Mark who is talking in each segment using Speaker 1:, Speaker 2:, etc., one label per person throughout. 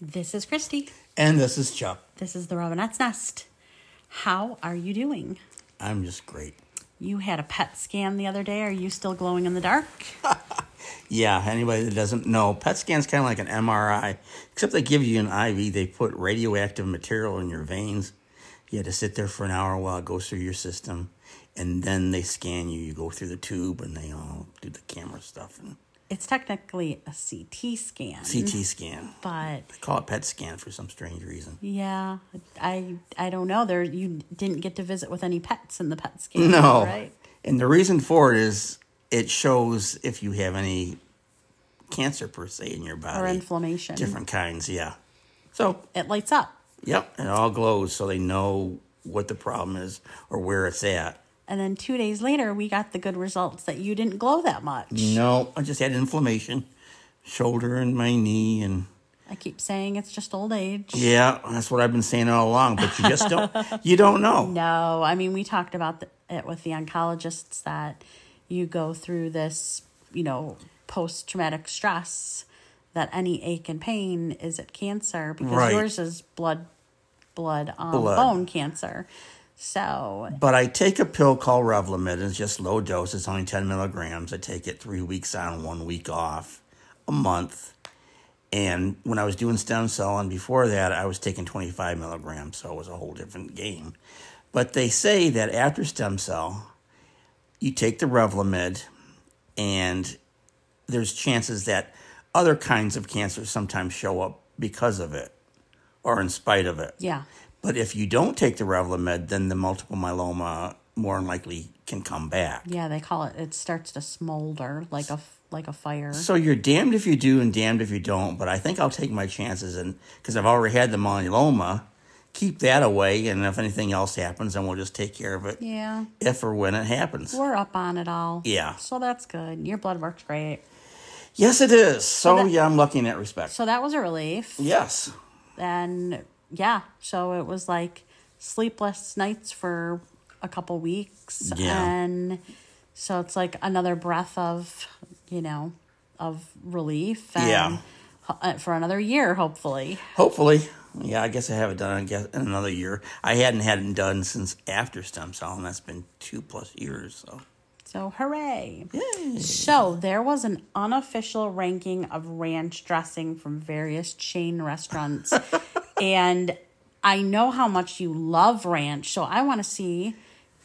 Speaker 1: This is Christy.
Speaker 2: And this is Chuck.
Speaker 1: This is the Robinette's Nest. How are you doing?
Speaker 2: I'm just great.
Speaker 1: You had a PET scan the other day. Are you still glowing in the dark?
Speaker 2: Yeah, anybody that doesn't know, PET scan's kind of like an MRI, except they give you an IV. They put radioactive material in your veins. You had to sit there for an hour while it goes through your system, and then they scan you. You go through the tube, and they all do the camera stuff and
Speaker 1: It's technically a CT scan,
Speaker 2: CT scan.
Speaker 1: but
Speaker 2: They call it PET scan for some strange reason.
Speaker 1: yeah, I I don't know. There you didn't get to visit with any pets in the PET scan.
Speaker 2: No.
Speaker 1: right?
Speaker 2: And the reason for it is it shows if you have any cancer per se in your body
Speaker 1: Or inflammation.
Speaker 2: Different kinds, yeah. So,
Speaker 1: It lights up,
Speaker 2: yep, it all glows so they know what the problem is or where it's at.
Speaker 1: and then two days later, we got the good results that you didn't glow that much.
Speaker 2: Mm. No, I just had inflammation, shoulder and my knee and
Speaker 1: I keep saying it's just old age.
Speaker 2: yeah, that's what I've been saying all along, but you just don't you don't know.
Speaker 1: No, I mean, we talked about th- it with the oncologists that you go through this, you know, post traumatic stress that any ache and pain is it cancer because
Speaker 2: Right.
Speaker 1: yours is blood, blood, um,
Speaker 2: Blood.
Speaker 1: bone cancer. So
Speaker 2: But I take a pill called Revlimid. It's just low dose. It's only 10 milligrams. I take it three weeks on, one week off, a month. And when I was doing stem cell and before that, I was taking 25 milligrams. So it was a whole different game. But they say that after stem cell, you take the Revlimid and there's chances that other kinds of cancers sometimes show up because of it or in spite of it.
Speaker 1: yeah,
Speaker 2: But if you don't take the Revlimid, then the multiple myeloma more than likely can come back.
Speaker 1: yeah, they call it. It starts to smolder like a f- like a fire.
Speaker 2: So you're damned if you do and damned if you don't. But I think I'll take my chances, and because I've already had the myeloma, keep that away. And if anything else happens, then we'll just take care of it
Speaker 1: Yeah,
Speaker 2: if or when it happens.
Speaker 1: we're up on it all.
Speaker 2: Yeah.
Speaker 1: so that's good. Your blood works great.
Speaker 2: Yes, it is. So
Speaker 1: that-
Speaker 2: yeah, I'm lucky in that respect.
Speaker 1: So that was a relief.
Speaker 2: yes,
Speaker 1: then yeah so it was like sleepless nights for a couple weeks
Speaker 2: Yeah.
Speaker 1: and so it's like another breath of you know of relief and
Speaker 2: Yeah.
Speaker 1: ho- uh, for another year hopefully
Speaker 2: hopefully. Yeah, I guess I have it done. I guess in another year. I hadn't had it done since after stem cell, and that's been two plus years. So
Speaker 1: so hooray so there was an unofficial ranking of ranch dressing from various chain restaurants and i know how much you love ranch so i want to see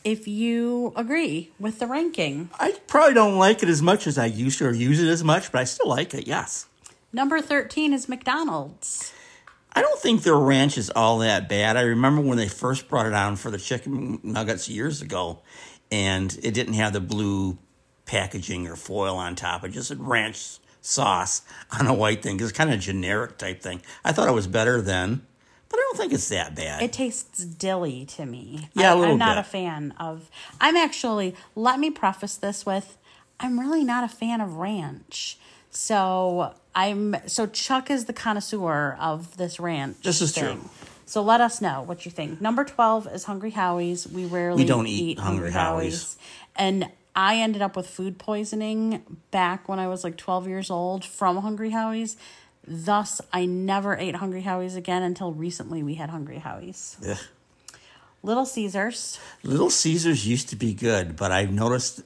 Speaker 1: if you agree with the ranking
Speaker 2: I probably don't like it as much as I used to or use it as much, but I still like it, yes.
Speaker 1: Number 13 is McDonald's.
Speaker 2: I don't think their ranch is all that bad. I remember when they first brought it on for the chicken nuggets years ago, and it didn't have the blue packaging or foil on top. It just had ranch sauce on a white thing. It's kind of generic type thing. I thought it was better then, but I don't think it's that bad.
Speaker 1: It tastes dilly to me.
Speaker 2: Yeah, a
Speaker 1: I,
Speaker 2: little
Speaker 1: I'm not
Speaker 2: bit.
Speaker 1: a fan of. I'm actually, let me preface this with I'm really not a fan of ranch. So I'm, so Chuck is the connoisseur of this ranch.
Speaker 2: This is true.
Speaker 1: So let us know what you think. Number 12 is Hungry Howie's. We rarely
Speaker 2: don't eat Hungry Howie's.
Speaker 1: And I ended up with food poisoning back when I was like 12 years old from Hungry Howie's. Thus, I never ate Hungry Howie's again until recently we had Hungry Howie's.
Speaker 2: Ugh.
Speaker 1: Little Caesars.
Speaker 2: Little Caesars used to be good, but I've noticed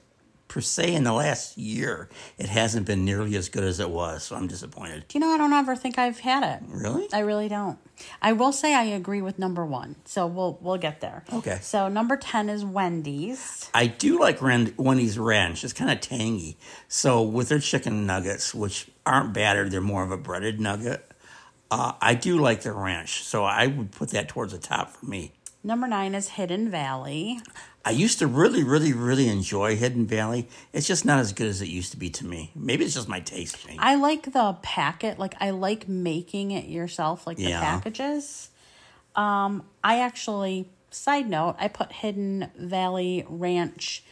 Speaker 2: per se in the last year it hasn't been nearly as good as it was, so I'm disappointed.
Speaker 1: Do you know, I don't ever think I've had it.
Speaker 2: Really?
Speaker 1: I really don't. I will say I agree with number one. So we'll we'll get there.
Speaker 2: Okay.
Speaker 1: So number 10 is Wendy's.
Speaker 2: I do like Ren- Wendy's Ranch. It's kind of tangy. So with their chicken nuggets, which aren't battered, they're more of a breaded nugget. Uh, I do like their ranch, so I would put that towards the top for me.
Speaker 1: Number nine is Hidden Valley.
Speaker 2: I used to really, really, really enjoy Hidden Valley. It's just not as good as it used to be to me. Maybe it's just my taste change.
Speaker 1: I like the packet. Like I like making it yourself, like the
Speaker 2: Yeah.
Speaker 1: packages. Um, I actually side note, I put Hidden Valley Ranch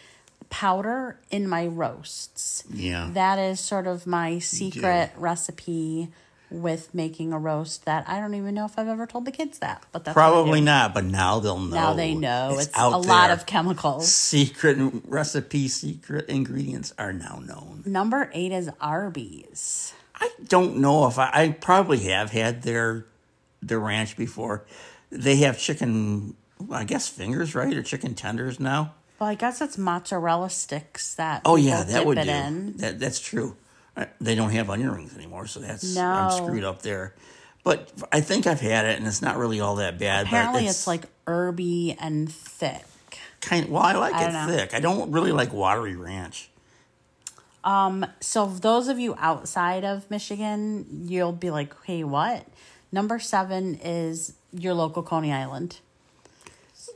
Speaker 1: powder in my roasts.
Speaker 2: Yeah.
Speaker 1: That is sort of my secret recipe with making a roast that I don't even know if I've ever told the kids that. But that's what I
Speaker 2: Probably
Speaker 1: do.
Speaker 2: not, but now they'll know.
Speaker 1: now they know it's,
Speaker 2: out
Speaker 1: a lot
Speaker 2: there.
Speaker 1: of chemicals.
Speaker 2: secret recipe, secret ingredients are now known.
Speaker 1: Number eight is Arby's.
Speaker 2: I don't know if I, I probably have had their their ranch before. They have chicken, I guess fingers, right, or chicken tenders now.
Speaker 1: Well, I guess it's mozzarella sticks that.
Speaker 2: Oh yeah,
Speaker 1: people
Speaker 2: that
Speaker 1: dip
Speaker 2: would
Speaker 1: it
Speaker 2: do.
Speaker 1: in.
Speaker 2: That that's true. Uh, They don't have onion rings anymore, so that's I'm
Speaker 1: No.
Speaker 2: screwed up there. But I think I've had it, and it's not really all that bad.
Speaker 1: Apparently,
Speaker 2: but
Speaker 1: it's, like herby and thick.
Speaker 2: kind. well, I like it
Speaker 1: don't know.
Speaker 2: thick. I don't really like watery ranch.
Speaker 1: So, those of you outside of Michigan, you'll be like, "Hey, what?" Number seven is your local Coney Island,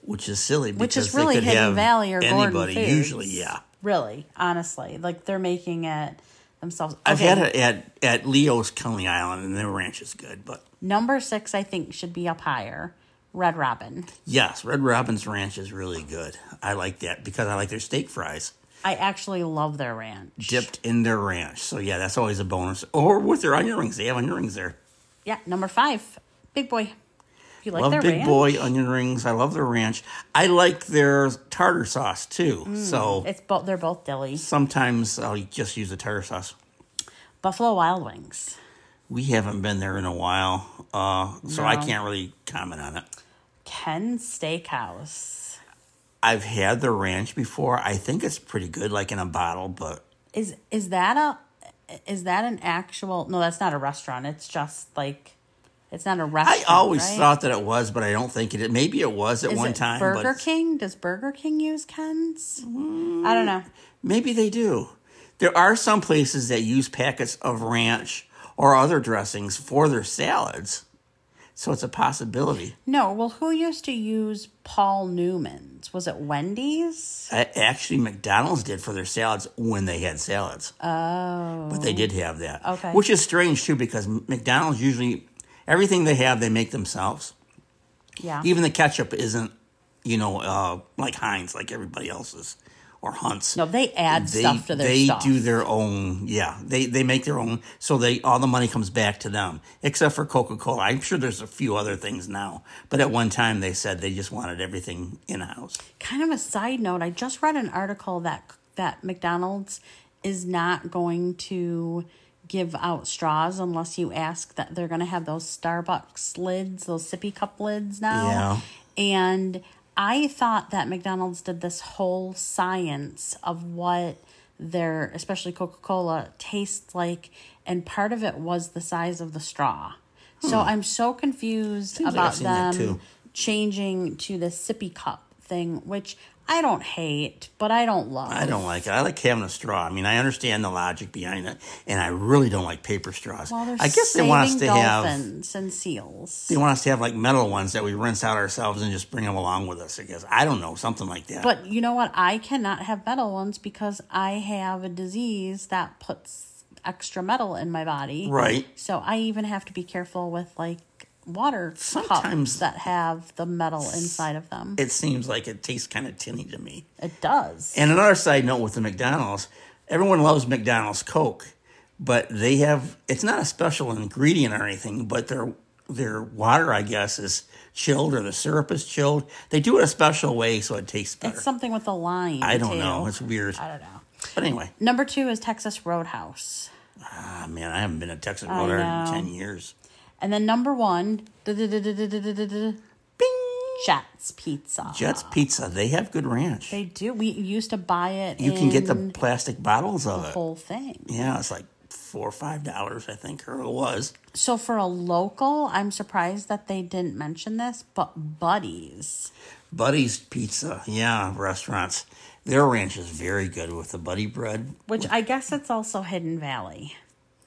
Speaker 2: which is silly
Speaker 1: which
Speaker 2: because
Speaker 1: is really
Speaker 2: they could
Speaker 1: Hidden
Speaker 2: have
Speaker 1: Valley or
Speaker 2: anybody.
Speaker 1: Gordon Foods.
Speaker 2: Usually, yeah.
Speaker 1: Really, honestly, like they're making it themselves.
Speaker 2: I've
Speaker 1: Okay,
Speaker 2: had it at at Leo's Coney Island, and their ranch is good. But
Speaker 1: Number six, I think, should be up higher. Red Robin.
Speaker 2: yes, Red Robin's ranch is really good. I like that because I like their steak fries
Speaker 1: I actually love their ranch.
Speaker 2: dipped in their ranch. So yeah, that's always a bonus. Or with their onion rings, they have onion rings there.
Speaker 1: Yeah, number five, Big Boy. You like
Speaker 2: love
Speaker 1: their
Speaker 2: Big
Speaker 1: ranch?
Speaker 2: Boy onion rings. I love their ranch. I like their tartar sauce too.
Speaker 1: Mm.
Speaker 2: So
Speaker 1: It's both. They're both dilly.
Speaker 2: sometimes I'll just use the tartar sauce.
Speaker 1: Buffalo Wild Wings.
Speaker 2: We haven't been there in a while, uh, so I
Speaker 1: No.
Speaker 2: can't really comment on it.
Speaker 1: Ken Steakhouse.
Speaker 2: I've had the ranch before. I think it's pretty good, like in a bottle, but
Speaker 1: Is is that a is that an actual? No, that's not a restaurant. It's just like it's not a
Speaker 2: I
Speaker 1: restaurant.
Speaker 2: always
Speaker 1: right?
Speaker 2: thought that it was, but I don't think it. Maybe it was at
Speaker 1: Is
Speaker 2: one
Speaker 1: it
Speaker 2: time,
Speaker 1: Burger
Speaker 2: but
Speaker 1: King. Does Burger King use Ken's? I don't know.
Speaker 2: maybe they do. There are some places that use packets of ranch or other dressings for their salads, so it's a possibility.
Speaker 1: No, well, who used to use Paul Newman's? Was it Wendy's?
Speaker 2: A- Actually, McDonald's did for their salads when they had salads. Oh, but they did have that.
Speaker 1: Okay.
Speaker 2: which is strange too, because McDonald's usually everything they have they make themselves.
Speaker 1: Yeah.
Speaker 2: even the ketchup isn't, you know, uh, like Heinz, like everybody else's, or Hunt's.
Speaker 1: no, they add
Speaker 2: they
Speaker 1: stuff to their
Speaker 2: they
Speaker 1: stuff.
Speaker 2: do their own. Yeah, they they make their own. So they all the money comes back to them, except for Coca Cola. I'm sure there's a few other things now, but at one time they said they just wanted everything in house.
Speaker 1: kind of a side note i just read an article that that mcdonald's is not going to give out straws unless you ask that they're going to have those starbucks lids those sippy cup lids now and i thought that mcdonald's did this whole science of what their especially coca-cola tastes like and part of it was the size of the straw so i'm so confused
Speaker 2: Hmm. Seems like I've
Speaker 1: about
Speaker 2: seen that,
Speaker 1: them
Speaker 2: too.
Speaker 1: changing to the sippy cup thing, which I don't hate, but I don't love.
Speaker 2: I don't like it. I like having a straw. I mean, I understand the logic behind it, and I really don't like paper straws.
Speaker 1: Well, they're
Speaker 2: I guess they want us to
Speaker 1: saving
Speaker 2: have
Speaker 1: dolphins and seals,
Speaker 2: they want us to have like metal ones that we rinse out ourselves and just bring them along with us. I guess I don't know something like that.
Speaker 1: but you know what? I cannot have metal ones because I have a disease that puts extra metal in my body.
Speaker 2: right.
Speaker 1: So I even have to be careful with like water
Speaker 2: Sometimes-
Speaker 1: cups that have the metal inside of them.
Speaker 2: it seems like it tastes kind of tinny to me.
Speaker 1: It does.
Speaker 2: And another side note with the McDonald's, everyone loves McDonald's Coke, but they have it's not a special ingredient or anything, but their their water, I guess, is chilled or the syrup is chilled. They do it a special way so it tastes better.
Speaker 1: It's something with the lime.
Speaker 2: I don't
Speaker 1: too.
Speaker 2: know. It's weird.
Speaker 1: I don't know.
Speaker 2: But anyway,
Speaker 1: Number two is Texas Roadhouse.
Speaker 2: ah man, I haven't been to Texas Roadhouse in
Speaker 1: know.
Speaker 2: ten years.
Speaker 1: And then number one, Bing. Jets Pizza.
Speaker 2: Jets Pizza, they have good ranch.
Speaker 1: They do. We used to buy it.
Speaker 2: you can get the
Speaker 1: in
Speaker 2: plastic bottles of it.
Speaker 1: whole thing.
Speaker 2: Yeah, it's like four or five dollars, I think, or it was.
Speaker 1: So for a local, I'm surprised that they didn't mention this, but Buddies.
Speaker 2: Buddy's Pizza, yeah, restaurants. Their ranch is very good with the buddy bread.
Speaker 1: Which I guess it's also Hidden Valley.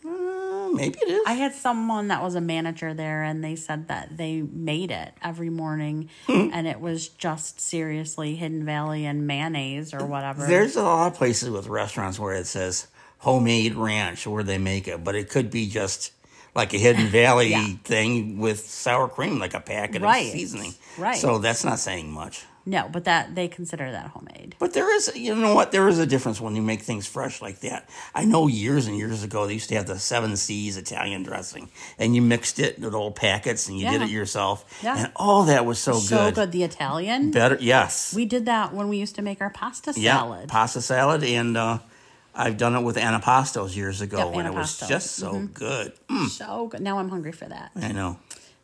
Speaker 2: Uh, maybe it is.
Speaker 1: I had someone that was a manager there, and they said that they made it every morning,
Speaker 2: Hmm.
Speaker 1: and it was just seriously Hidden Valley and mayonnaise or whatever.
Speaker 2: There's a lot of places with restaurants where it says homemade ranch where they make it, but it could be just like a Hidden Valley
Speaker 1: Yeah.
Speaker 2: thing with sour cream, like a packet
Speaker 1: Right,
Speaker 2: of seasoning.
Speaker 1: right.
Speaker 2: So that's not saying much.
Speaker 1: no, but that they consider that homemade.
Speaker 2: But there is, you know what? There is a difference when you make things fresh like that. I know years and years ago they used to have the seven C's Italian dressing, and you mixed it with old packets, and you did
Speaker 1: Yeah.
Speaker 2: it yourself,
Speaker 1: Yeah.
Speaker 2: and all that was so,
Speaker 1: So good, the Italian.
Speaker 2: Better, yes,
Speaker 1: We did that when we used to make our pasta
Speaker 2: yeah,
Speaker 1: salad.
Speaker 2: pasta salad and uh, I've done it with anapastos years ago,
Speaker 1: Yep, Mm-hmm.
Speaker 2: and it was
Speaker 1: antipasto.
Speaker 2: just so good. Mm,
Speaker 1: So good. Now I'm hungry for that.
Speaker 2: I know.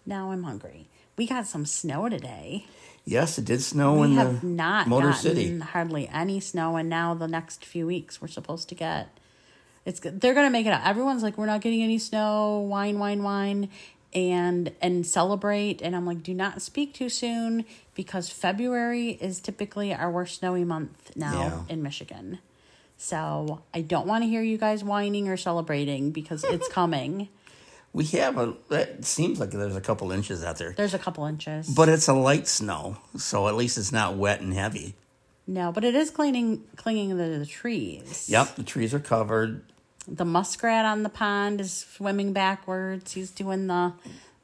Speaker 1: Now I'm hungry. We got some snow today.
Speaker 2: Yes, it did snow
Speaker 1: We
Speaker 2: in
Speaker 1: have
Speaker 2: the
Speaker 1: not
Speaker 2: Motor
Speaker 1: gotten
Speaker 2: City.
Speaker 1: hardly any snow, and now the next few weeks we're supposed to get. It's good. they're gonna make it up. Everyone's like, we're not getting any snow. Wine, wine, wine, and and celebrate. And I'm like, do not speak too soon because February is typically our worst snowy month now
Speaker 2: Yeah.
Speaker 1: in Michigan. So I don't want to hear you guys whining or celebrating because it's coming.
Speaker 2: We have a. It seems like there's a couple inches out there,
Speaker 1: There's a couple inches.
Speaker 2: but it's a light snow, so at least it's not wet and heavy.
Speaker 1: No, but it is clinging clinging to the trees.
Speaker 2: Yep, the trees are covered.
Speaker 1: The muskrat on the pond is swimming backwards. He's doing the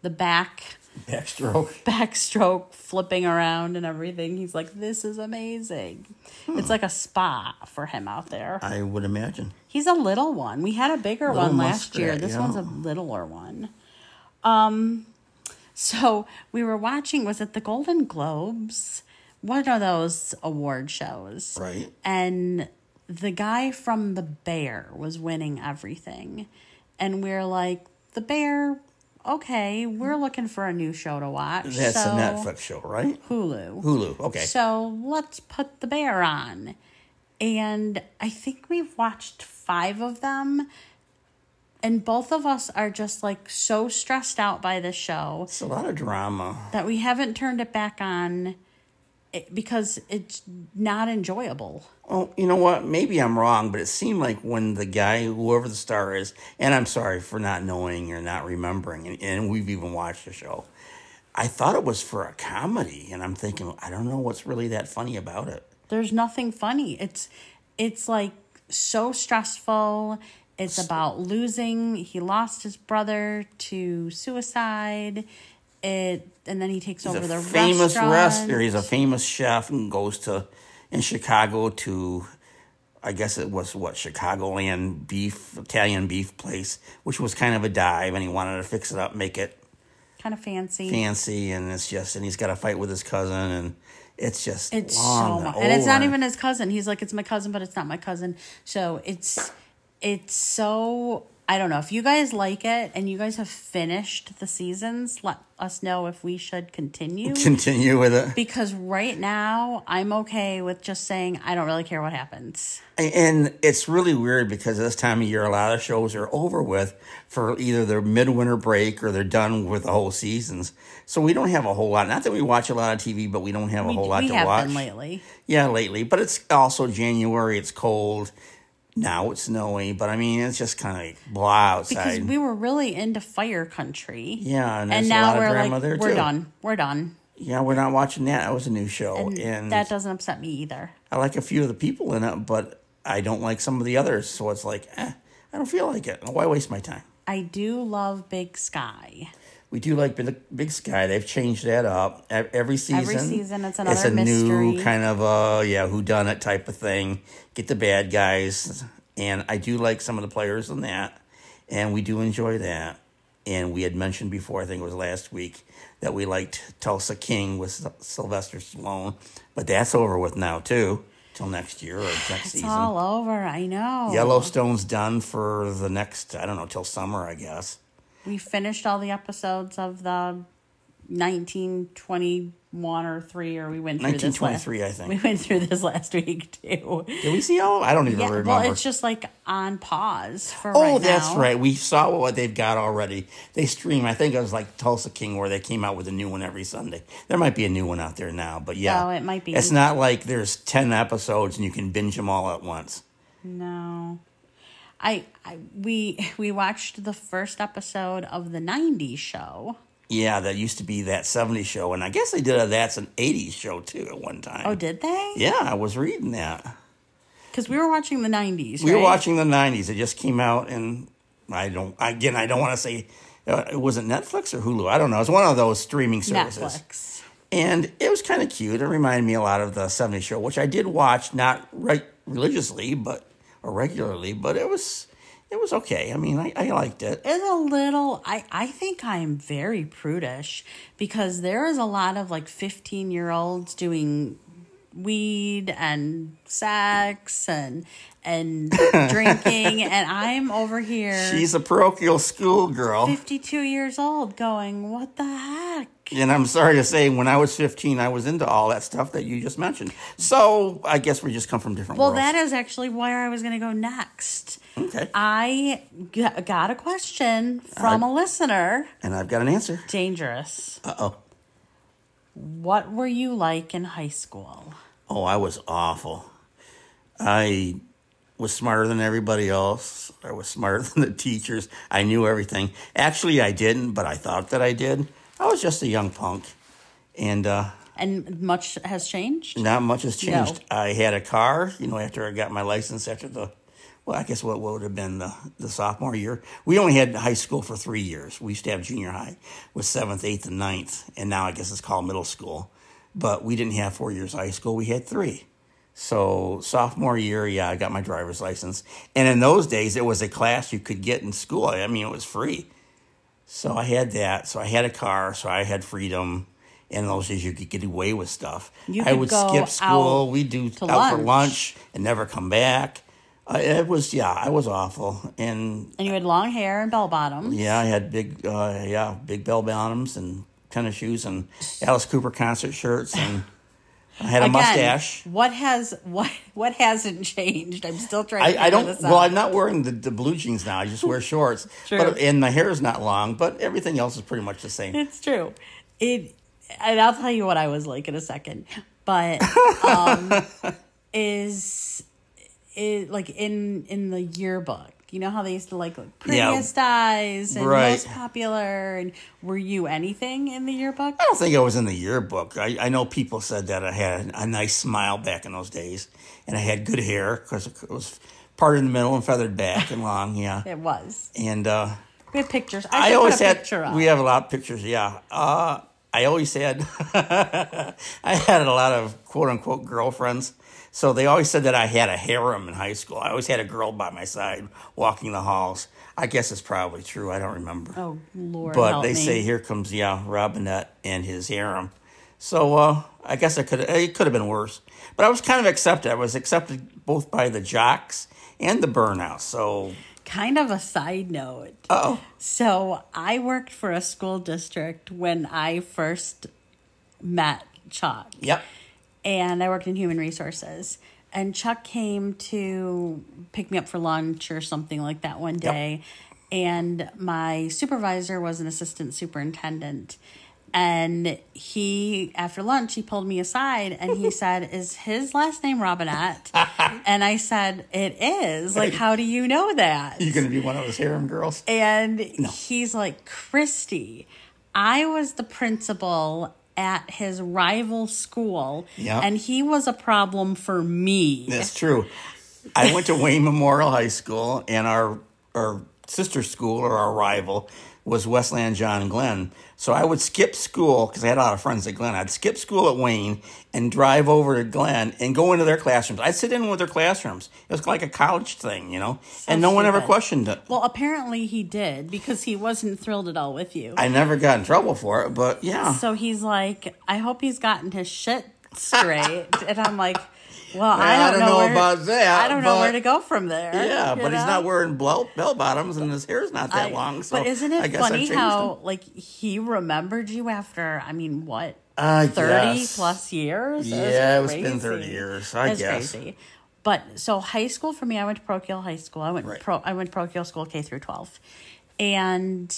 Speaker 1: the back
Speaker 2: Backstroke.
Speaker 1: backstroke, flipping around and everything. He's like, "This is amazing." It's like a spa for him out there.
Speaker 2: I would imagine.
Speaker 1: He's a little one. We had a bigger
Speaker 2: Little
Speaker 1: one last
Speaker 2: muskrat,
Speaker 1: year. This
Speaker 2: yeah.
Speaker 1: one's a littler one. Um, so we were watching. Was it the Golden Globes? One of those award shows,
Speaker 2: Right.
Speaker 1: And the guy from The Bear was winning everything, and we're like, The Bear. Okay, we're looking for a new show to watch.
Speaker 2: That's
Speaker 1: so
Speaker 2: a Netflix show, right?
Speaker 1: Hulu.
Speaker 2: Hulu. Okay.
Speaker 1: So let's put the bear on. And I think we've watched five of them. And both of us are just like so stressed out by this show
Speaker 2: it's a lot of drama.
Speaker 1: that we haven't turned it back on it- because it's not enjoyable.
Speaker 2: Oh, you know what? Maybe I'm wrong, but it seemed like when the guy, whoever the star is, and I'm sorry for not knowing or not remembering, and, and we've even watched the show. I thought it was for a comedy, and I'm thinking, I don't know what's really that funny about it.
Speaker 1: There's nothing funny. It's it's like so stressful. It's about losing. He lost his brother to suicide. It and then he takes
Speaker 2: He's
Speaker 1: over
Speaker 2: a
Speaker 1: the
Speaker 2: famous
Speaker 1: restaurant.
Speaker 2: wrestler. He's a famous chef and goes to in Chicago to, I guess it was what Chicagoland beef Italian beef place, which was kind of a dive, and he wanted to fix it up, make it
Speaker 1: kind of fancy.
Speaker 2: fancy, and it's just and he's got a fight with his cousin, and it's just
Speaker 1: It's
Speaker 2: long
Speaker 1: so much,
Speaker 2: and
Speaker 1: and it's not
Speaker 2: over.
Speaker 1: even his cousin. He's like, it's my cousin, but it's not my cousin. So it's it's so I don't know if you guys like it and you guys have finished the seasons. Let us know if we should continue
Speaker 2: continue with it.
Speaker 1: because right now I'm okay with just saying I don't really care what happens.
Speaker 2: And it's really weird because this time of year, a lot of shows are over with for either their midwinter break or they're done with the whole seasons. So we don't have a whole lot. Not that we watch a lot of TV, but we don't have a whole lot
Speaker 1: we
Speaker 2: to
Speaker 1: have
Speaker 2: watch.
Speaker 1: been lately.
Speaker 2: Yeah, lately. But it's also January. It's cold. Now it's snowy. But I mean, it's just kind of like blah
Speaker 1: Because
Speaker 2: outside.
Speaker 1: we were really into fire country.
Speaker 2: yeah,
Speaker 1: And
Speaker 2: and, there's a
Speaker 1: now
Speaker 2: lot
Speaker 1: we're
Speaker 2: of drama
Speaker 1: like,
Speaker 2: there
Speaker 1: we're
Speaker 2: too.
Speaker 1: done. We're done.
Speaker 2: Yeah, we're not watching that. That was a new show, and,
Speaker 1: that doesn't upset me either.
Speaker 2: I like a few of the people in it, but I don't like some of the others. So it's like, eh, I don't feel like it. Why waste my time?
Speaker 1: I do love Big Sky.
Speaker 2: We do like Big, Big Sky. They've changed that up E- every season.
Speaker 1: season, it's
Speaker 2: It's
Speaker 1: another
Speaker 2: a new
Speaker 1: mystery.
Speaker 2: kind of uh yeah, who done it type of thing. Get the bad guys, and I do like some of the players in that, and we do enjoy that. And we had mentioned before, I think it was last week, that we liked Tulsa King with Syl- Sylvester Stallone, but that's over with now too, till next year or next
Speaker 1: It's
Speaker 2: season.
Speaker 1: all over. I know.
Speaker 2: Yellowstone's done for the next, I don't know, till summer, I guess.
Speaker 1: We finished all the episodes of the 1921 or 3 or we went through this last,
Speaker 2: 1923, I think.
Speaker 1: We went through this last week too.
Speaker 2: Did we see all? I don't even
Speaker 1: Yeah,
Speaker 2: remember.
Speaker 1: well, it's just like on pause for
Speaker 2: oh,
Speaker 1: right
Speaker 2: that's
Speaker 1: now.
Speaker 2: right. We saw what they've got already. They stream. I think it was like Tulsa King where they came out with a new one every Sunday. There might be a new one out there now, but yeah.
Speaker 1: Oh, it might be.
Speaker 2: It's not like there's 10 episodes and you can binge them all at once.
Speaker 1: No. I, I we we watched the first episode of the 90s show.
Speaker 2: Yeah, that used to be that 70s show. And I guess they did a That's an 80s show too at one time.
Speaker 1: Oh, did they?
Speaker 2: Yeah, I was reading that.
Speaker 1: Cuz we were watching the 90s,
Speaker 2: We were
Speaker 1: right?
Speaker 2: watching the 90s. It just came out, and I don't, again, I don't want to say. Uh, it was it Netflix or Hulu? I don't know. It's one of those streaming services.
Speaker 1: Netflix.
Speaker 2: and it was kind of cute. It reminded me a lot of the '70s show, which I did watch not re- religiously, but or regularly, but it was it was okay. I mean, I, I liked it.
Speaker 1: is a little I, I think I am very prudish because there is a lot of like 15 year olds doing weed and sex and and drinking, and I'm over here,
Speaker 2: She's a parochial schoolgirl.
Speaker 1: 52 years old, going, What the heck?
Speaker 2: And I'm sorry to say, when I was 15, I was into all that stuff that you just mentioned. So I guess we just come from different
Speaker 1: Well,
Speaker 2: worlds.
Speaker 1: that is actually where I was going to go next.
Speaker 2: okay.
Speaker 1: I g- got a question from a listener.
Speaker 2: and I've got an answer.
Speaker 1: Dangerous.
Speaker 2: Uh oh.
Speaker 1: What were you like in high school?
Speaker 2: Oh, I was awful. I was smarter than everybody else. I was smarter than the teachers. I knew everything. Actually, I didn't, but I thought that I did. I was just a young punk, and uh,
Speaker 1: And much has changed.
Speaker 2: not much has
Speaker 1: No.
Speaker 2: changed. I had a car, you know, after I got my license after the, well, I guess what, what would have been the, the sophomore year. We only had high school for three years. We used to have junior high with seventh, eighth, and ninth, and now I guess it's called middle school. But we didn't have four years of high school, we had three. So sophomore year, yeah, I got my driver's license. And in those days, it was a class you could get in school. I mean, it was free. So I had that. So I had a car. So I had freedom. And in those days, you could get away with stuff.
Speaker 1: You
Speaker 2: I
Speaker 1: could
Speaker 2: would
Speaker 1: go
Speaker 2: skip school.
Speaker 1: out
Speaker 2: We do
Speaker 1: to
Speaker 2: out for
Speaker 1: lunch.
Speaker 2: lunch and never come back. Uh, it was yeah, I was awful. And
Speaker 1: And you had long hair and bell bottoms.
Speaker 2: yeah, I had big uh, yeah big bell bottoms and tennis shoes and Alice Cooper concert shirts and I had a
Speaker 1: Again,
Speaker 2: mustache.
Speaker 1: What has what what hasn't changed? I'm still trying to
Speaker 2: I,
Speaker 1: figure
Speaker 2: I don't.
Speaker 1: this out.
Speaker 2: Well, I'm not wearing the, the blue jeans now. I just wear shorts.
Speaker 1: True.
Speaker 2: But and my hair is not long. But everything else is pretty much the same.
Speaker 1: It's true. It, and I'll tell you what I was like in a second. But um, is it like in in the yearbook? You know how they used to like like,
Speaker 2: Yeah.
Speaker 1: prettiest eyes and
Speaker 2: Right.
Speaker 1: most popular. And were you anything in the yearbook?
Speaker 2: I don't think I was in the yearbook. I, I know people said that I had a nice smile back in those days, and I had good hair because it was part in the middle and feathered back and long. Yeah,
Speaker 1: It was.
Speaker 2: and uh,
Speaker 1: We have pictures.
Speaker 2: I,
Speaker 1: should put
Speaker 2: always
Speaker 1: a
Speaker 2: had.
Speaker 1: picture up.
Speaker 2: We have a lot of pictures. Yeah, uh, I always had. I had a lot of quote unquote girlfriends, so they always said that I had a harem in high school. I always had a girl by my side walking the halls. I guess it's probably true. I don't remember.
Speaker 1: oh Lord,
Speaker 2: But
Speaker 1: help
Speaker 2: they
Speaker 1: me.
Speaker 2: say here comes yeah Robinette and his harem. So uh, I guess I could it could have been worse. But I was kind of accepted. I was accepted both by the jocks and the burnouts. So
Speaker 1: kind of a side note.
Speaker 2: oh
Speaker 1: So I worked for a school district when I first met Chuck.
Speaker 2: yep.
Speaker 1: and I worked in human resources. And Chuck came to pick me up for lunch or something like that one day. And my supervisor was an assistant superintendent. And he, after lunch, he pulled me aside and he said, Is his last name Robinette? and I said, It is. Like, how do you know that?
Speaker 2: You're gonna be one of those harem girls.
Speaker 1: And he's like, Christy, I was the principal at his rival school,
Speaker 2: Yeah.
Speaker 1: and he was a problem for me.
Speaker 2: That's true. I went to Wayne Memorial High School, and our our sister school or our rival was Westland John Glenn. So I would skip school because I had a lot of friends at Glenn. I'd skip school at Wayne and drive over to Glenn and go into their classrooms. I'd sit in with their classrooms. It was like a college thing, you know. and no one ever
Speaker 1: stupid.
Speaker 2: questioned it.
Speaker 1: Well, apparently he did because he wasn't thrilled at all with you.
Speaker 2: I never got in trouble for it, but yeah.
Speaker 1: so he's like, I hope he's gotten his shit straight. and I'm like, well, I don't, know, where,
Speaker 2: about that.
Speaker 1: I don't know where
Speaker 2: but-
Speaker 1: to go from there.
Speaker 2: Yeah,
Speaker 1: you
Speaker 2: but he's
Speaker 1: know?
Speaker 2: not wearing bell, bell bottoms and his hair's not
Speaker 1: I-
Speaker 2: that long. So
Speaker 1: but isn't
Speaker 2: I
Speaker 1: it
Speaker 2: guess I've
Speaker 1: funny
Speaker 2: changed him.
Speaker 1: how like he remembered you after? I mean, what
Speaker 2: I
Speaker 1: thirty
Speaker 2: guess.
Speaker 1: plus years?
Speaker 2: Yeah,
Speaker 1: That's
Speaker 2: it's been 30
Speaker 1: crazy.
Speaker 2: years, I
Speaker 1: That's
Speaker 2: guess.
Speaker 1: crazy. But so high school for me, I went to parochial high school. I went
Speaker 2: Right.
Speaker 1: pro. I went parochial school K through twelve, and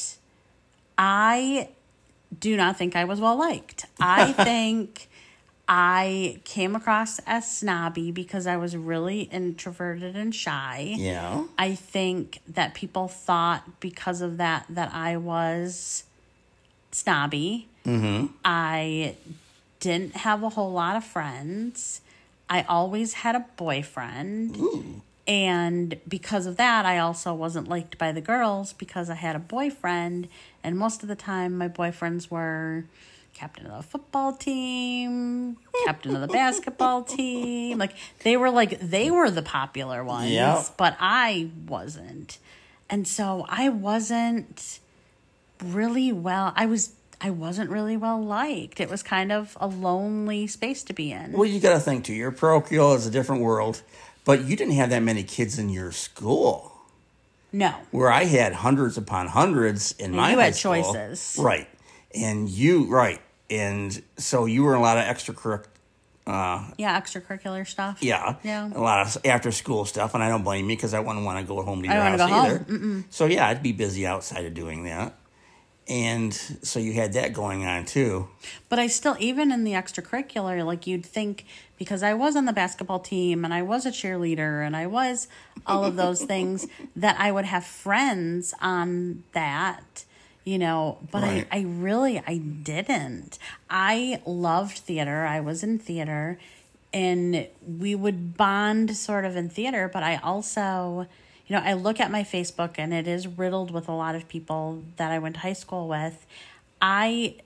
Speaker 1: I do not think I was well liked. I think I came across as snobby because I was really introverted and shy.
Speaker 2: Yeah.
Speaker 1: I think that people thought because of that that I was snobby. I didn't have a whole lot of friends. I always had a boyfriend. And because of that, I also wasn't liked by the girls because I had a boyfriend. And most of the time, my boyfriends were captain of the football team, captain of the basketball team. Like, they were like, they were the popular ones,
Speaker 2: Yeah.
Speaker 1: but I wasn't. And so I wasn't really well, I was. I wasn't really well liked. It was kind of a lonely space to be in.
Speaker 2: Well, you got to think too. Your parochial is a different world, But you didn't have that many kids in your school,
Speaker 1: No.
Speaker 2: where I had hundreds upon hundreds in my
Speaker 1: you
Speaker 2: high
Speaker 1: had
Speaker 2: school.
Speaker 1: choices.
Speaker 2: right? And you right, and so you were in a lot of extracurricular,
Speaker 1: Yeah, extracurricular stuff.
Speaker 2: yeah,
Speaker 1: Yeah.
Speaker 2: a lot of after school stuff. And I don't blame you because I wouldn't want to go home to your
Speaker 1: don't
Speaker 2: house
Speaker 1: wanna go home.
Speaker 2: either. So yeah, I'd be busy outside of doing that, and so you had that going on too.
Speaker 1: But I still, even in the extracurricular, like you'd think, because I was on the basketball team and I was a cheerleader and I was all of those things, that I would have friends on that, you know. But
Speaker 2: Right.
Speaker 1: I, I really, I didn't. I loved theater. I was in theater and we would bond sort of in theater, but I also. You know, I look at my Facebook and it is riddled with a lot of people that I went to high school with. I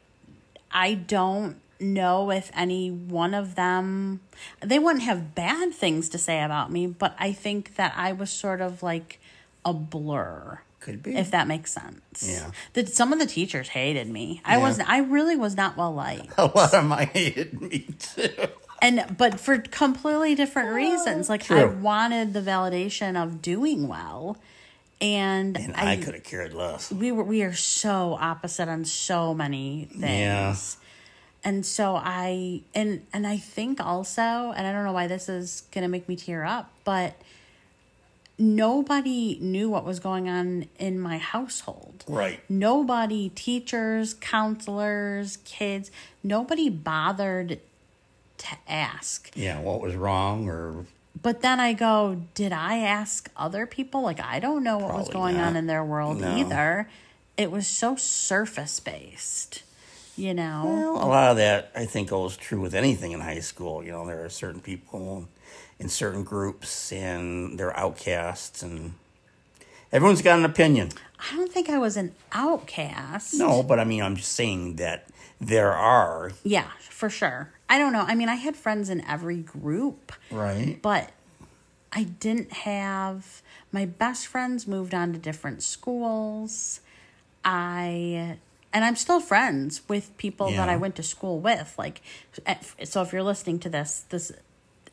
Speaker 1: I don't know if any one of them they wouldn't have bad things to say about me, but I think that I was sort of like a blur.
Speaker 2: Could be.
Speaker 1: If that makes sense.
Speaker 2: Yeah.
Speaker 1: That some of the teachers hated me. I
Speaker 2: Yeah.
Speaker 1: was I really was not well liked.
Speaker 2: A lot of my hated me too.
Speaker 1: And but for completely different reasons. Like I
Speaker 2: True.
Speaker 1: wanted the validation of doing well. And,
Speaker 2: And I, could have cared less.
Speaker 1: we were we are so opposite on so many things.
Speaker 2: Yeah.
Speaker 1: And so I and and I think also, and I don't know why this is gonna make me tear up, but nobody knew what was going on in my household.
Speaker 2: Right.
Speaker 1: Nobody, teachers, counselors, kids, nobody bothered to ask.
Speaker 2: Yeah, what was wrong or
Speaker 1: But then I go, did I ask other people? Like, I don't know what was
Speaker 2: Probably
Speaker 1: going
Speaker 2: not.
Speaker 1: on in their world
Speaker 2: No.
Speaker 1: either. It was so surface based, you know?
Speaker 2: well, a lot of that I think goes true with anything in high school. You know, there are certain people in certain groups and they're outcasts and everyone's got an opinion.
Speaker 1: I don't think I was an outcast.
Speaker 2: No, but I mean I'm just saying that there are
Speaker 1: Yeah, for sure. I don't know. I mean, I had friends in every group,
Speaker 2: Right.
Speaker 1: but I didn't have my best friends moved on to different schools. I and I'm still friends with people that
Speaker 2: Yeah.
Speaker 1: I went to school with. Like, at- so if you're listening to this, this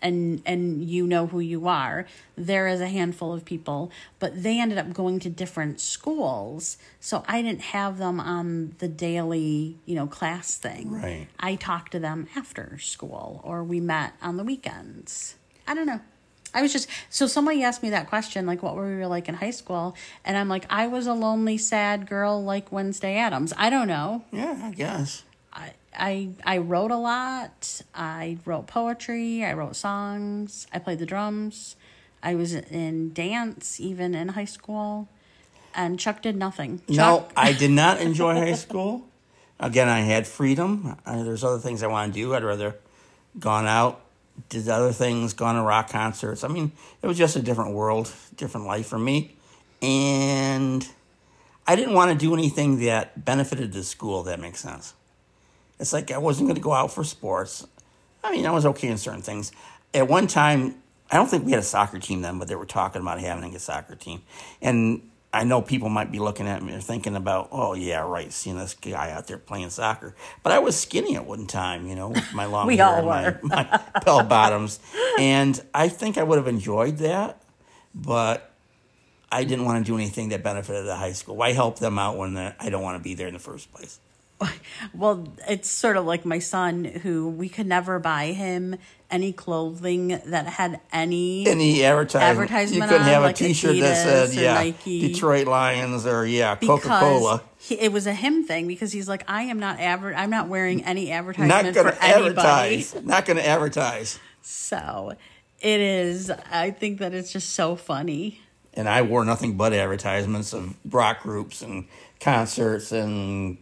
Speaker 1: and and you know who you are there is a handful of people but they ended up going to different schools so i didn't have them on the daily you know class thing
Speaker 2: Right.
Speaker 1: i talked to them after school or we met on the weekends i don't know i was just so somebody asked me that question like what were we like in high school and i'm like i was a lonely sad girl like wednesday adams i don't know
Speaker 2: Yeah, I guess.
Speaker 1: I I I wrote a lot. I wrote poetry. I wrote songs. I played the drums. I was in dance even in high school, and Chuck did nothing.
Speaker 2: No,
Speaker 1: Chuck,
Speaker 2: I did not enjoy high school. Again, I had freedom. I, there's other things I want to do. I'd rather gone out, did other things, gone to rock concerts. I mean, it was just a different world, different life for me. And I didn't want to do anything that benefited the school, if that makes sense. It's like I wasn't going to go out for sports. I mean, I was okay in certain things. At one time, I don't think we had a soccer team then, but they were talking about having a soccer team. And I know people might be looking at me or thinking about, oh, yeah, right, seeing this guy out there playing soccer. But I was skinny at one time, you know, with my long
Speaker 1: We
Speaker 2: hair
Speaker 1: all
Speaker 2: and my,
Speaker 1: were.
Speaker 2: my bell bottoms. And I think I would have enjoyed that, but I didn't want to do anything that benefited the high school. Why help them out when uh, I don't want to be there in the first place?
Speaker 1: well, it's sort of like my son who we could never buy him any clothing that had any.
Speaker 2: any advertisement.
Speaker 1: Advertisement
Speaker 2: You couldn't
Speaker 1: on,
Speaker 2: have
Speaker 1: like
Speaker 2: a T-shirt that
Speaker 1: Adidas
Speaker 2: said,
Speaker 1: or
Speaker 2: "Yeah,
Speaker 1: Nike.
Speaker 2: Detroit Lions" or "Yeah,
Speaker 1: because
Speaker 2: Coca Cola."
Speaker 1: He, it was a him thing because he's like, I am not adver- I'm not wearing any
Speaker 2: Not
Speaker 1: advertisement
Speaker 2: going
Speaker 1: for
Speaker 2: to
Speaker 1: anybody.
Speaker 2: advertise. Not going to advertise.
Speaker 1: So it is. I think that it's just so funny.
Speaker 2: And I wore nothing but advertisements of rock groups and concerts and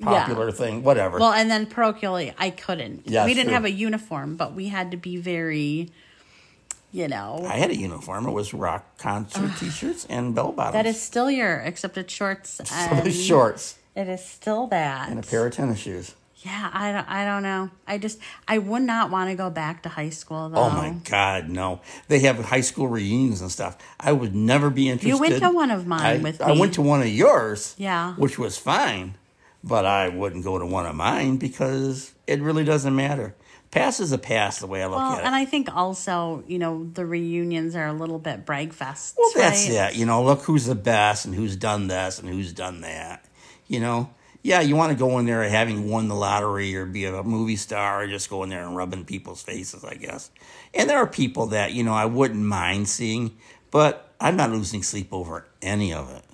Speaker 2: popular thing, whatever.
Speaker 1: Well, and then parochially, I couldn't.
Speaker 2: Yeah,
Speaker 1: we didn't
Speaker 2: sure.
Speaker 1: have a uniform, but we had to be very, you know.
Speaker 2: I had a uniform. It was rock concert T-shirts and bell bottoms.
Speaker 1: that is still your, except it's shorts and
Speaker 2: shorts
Speaker 1: It is still that.
Speaker 2: and a pair of tennis shoes.
Speaker 1: yeah, I don't, I don't know. I just, I would not want to go back to high school though.
Speaker 2: Oh my God, no! They have high school reunions and stuff. I would never be interested.
Speaker 1: went to one of mine
Speaker 2: I,
Speaker 1: with
Speaker 2: I
Speaker 1: me.
Speaker 2: went to one of yours.
Speaker 1: Yeah.
Speaker 2: which was fine, but I wouldn't go to one of mine because it really doesn't matter. Pass is a pass, the way I look
Speaker 1: Well,
Speaker 2: at it.
Speaker 1: and I think also, you know, the reunions are a little bit brag fests.
Speaker 2: Well, that's
Speaker 1: right?
Speaker 2: it. You know, look who's the best and who's done this and who's done that. You know, yeah, you want to go in there having won the lottery or be a movie star or just go in there and rub in people's faces, I guess. And there are people that, you know, I wouldn't mind seeing, but I'm not losing sleep over any of it.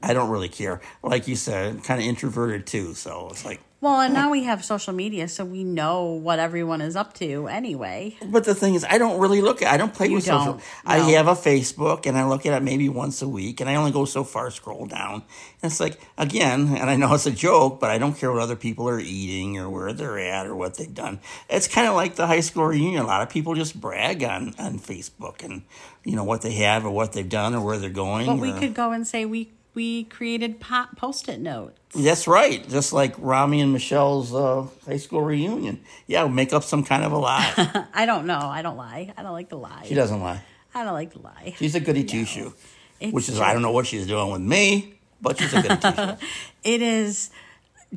Speaker 2: I don't really care. Like you said, I'm kind of introverted too. So it's like,
Speaker 1: Well, and now we have social media, so we know what everyone is up to anyway.
Speaker 2: But the thing is, I don't really look at. I don't play with social.
Speaker 1: don't,
Speaker 2: I
Speaker 1: no.
Speaker 2: have a Facebook, and I look at it maybe once a week, and I only go so far. Scroll down, and it's like again. And I know it's a joke, but I don't care what other people are eating or where they're at or what they've done. It's kind of like the high school reunion. A lot of people just brag on on Facebook and you know what they have or what they've done or where they're going.
Speaker 1: But we
Speaker 2: or-
Speaker 1: could go and say we we created po- post-it notes.
Speaker 2: That's right. Just like Rami and Michelle's uh, high school reunion. Yeah, make up some kind of a lie.
Speaker 1: I don't know. I don't lie. I don't like to lie.
Speaker 2: she doesn't lie.
Speaker 1: I don't like to lie.
Speaker 2: She's a goody two shoe,
Speaker 1: It's
Speaker 2: which is I don't know what she's doing with me, but she's a goody two shoe.
Speaker 1: It is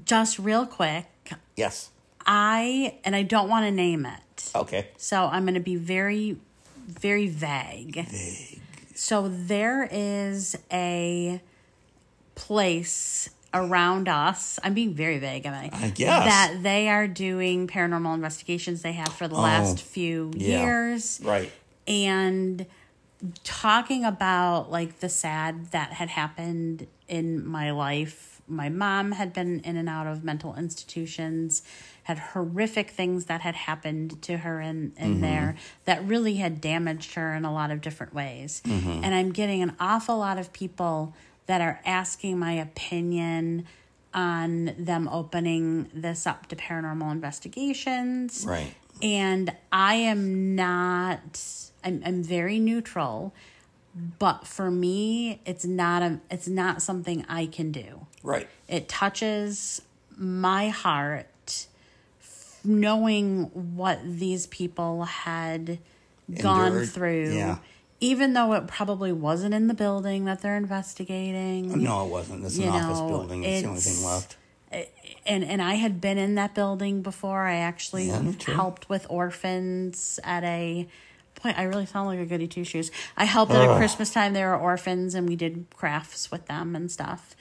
Speaker 1: just real quick.
Speaker 2: Yes.
Speaker 1: I and I don't want to name it.
Speaker 2: Okay.
Speaker 1: So I'm going to be very, very vague. Vague. So there is a place around us. I'm being very vague, am I?
Speaker 2: I guess.
Speaker 1: That they are doing paranormal investigations they have for the last few
Speaker 2: Oh, yeah.
Speaker 1: years.
Speaker 2: Right.
Speaker 1: And talking about like the sad that had happened in my life. My mom had been in and out of mental institutions, had horrific things that had happened to her in, in there that really had damaged her in a lot of different ways. And I'm getting an awful lot of people that are asking my opinion on them opening this up to paranormal investigations
Speaker 2: Right.
Speaker 1: and I am not I'm I'm very neutral, but for me it's not a it's not something I can do.
Speaker 2: Right.
Speaker 1: It touches my heart f- knowing what these people had gone
Speaker 2: Endured,
Speaker 1: through.
Speaker 2: yeah.
Speaker 1: Even though it probably wasn't in the building that they're investigating.
Speaker 2: No, it wasn't. It's an
Speaker 1: You
Speaker 2: office
Speaker 1: know,
Speaker 2: building. It's, the only
Speaker 1: it's-
Speaker 2: thing left.
Speaker 1: and and I had been in that building before. I actually
Speaker 2: Yeah, me too.
Speaker 1: helped with orphans at a point. I really sound like a goody two shoes. I helped at a Christmas time. There were orphans, and we did crafts with them and stuff.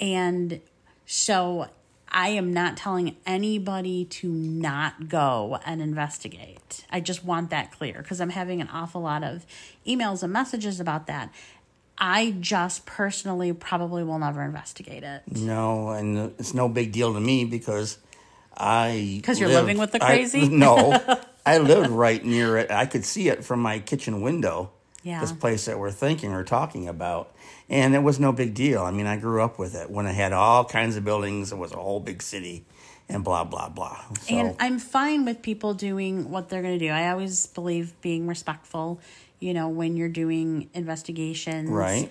Speaker 1: And so I am not telling anybody to not go and investigate. I just want that clear because I'm having an awful lot of emails and messages about that. I just personally probably will never investigate it.
Speaker 2: Mm, No, and it's no big deal to me because I
Speaker 1: 'Cause you're
Speaker 2: lived-
Speaker 1: living with the
Speaker 2: I-
Speaker 1: crazy?
Speaker 2: no, I lived right near it. I could see it from my kitchen window.
Speaker 1: Yeah.
Speaker 2: This place that we're thinking or talking about, and it was no big deal. I mean, I grew up with it when it had all kinds of buildings. It was a whole big city, and blah blah blah. So,
Speaker 1: And I'm fine with people doing what they're going to do. I always believe being respectful, you know, when you're doing investigations.
Speaker 2: right.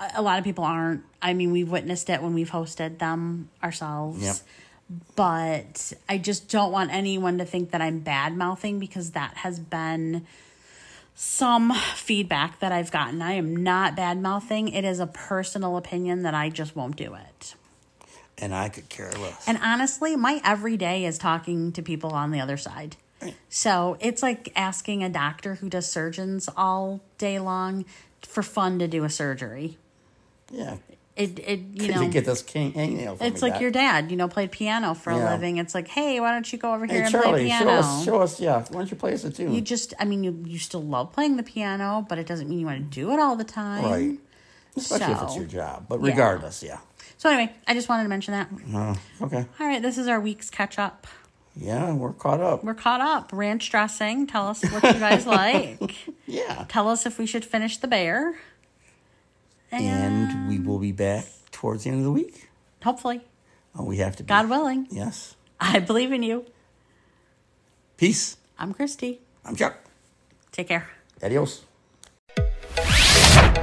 Speaker 1: A- A lot of people aren't. I mean, we've witnessed it when we've hosted them ourselves.
Speaker 2: Yep.
Speaker 1: But I just don't want anyone to think that I'm bad mouthing because that has been some feedback that I've gotten. I am not bad mouthing. It is a personal opinion that I just won't do it.
Speaker 2: and I could care less.
Speaker 1: And honestly, my everyday is talking to people on the other side. So it's like asking a doctor who does surgeons all day long for fun to do a surgery.
Speaker 2: yeah,
Speaker 1: It it you
Speaker 2: you
Speaker 1: know
Speaker 2: get this king hangnail. from
Speaker 1: it's
Speaker 2: me
Speaker 1: like
Speaker 2: back.
Speaker 1: your dad, you know, played piano for a
Speaker 2: Yeah.
Speaker 1: living. It's like, hey, why don't you go over here
Speaker 2: Hey
Speaker 1: and play
Speaker 2: Charlie, show
Speaker 1: piano?
Speaker 2: us, show us, yeah. Why don't you play us a tune?
Speaker 1: you just, I mean, you you still love playing the piano, but it doesn't mean you want to do it all the time.
Speaker 2: right, especially if it's
Speaker 1: So-
Speaker 2: your job. But regardless, yeah.
Speaker 1: So anyway, I just wanted to mention that.
Speaker 2: Mm-hmm. Okay,
Speaker 1: All right, this is our week's catch up.
Speaker 2: yeah, we're caught up.
Speaker 1: We're caught up. Ranch dressing. Tell us what you guys like.
Speaker 2: Yeah,
Speaker 1: tell us if we should finish the bear. And,
Speaker 2: and we will be back towards the end of the week.
Speaker 1: hopefully,
Speaker 2: Oh, we have to. Be.
Speaker 1: God willing,
Speaker 2: Yes.
Speaker 1: I believe in you.
Speaker 2: Peace.
Speaker 1: I'm Christy.
Speaker 2: I'm Chuck.
Speaker 1: Take care.
Speaker 2: Adios.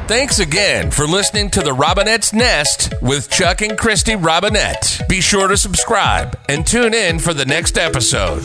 Speaker 3: Thanks again for listening to the Robinette's Nest with Chuck and Christy Robinette. Be sure to subscribe and tune in for the next episode.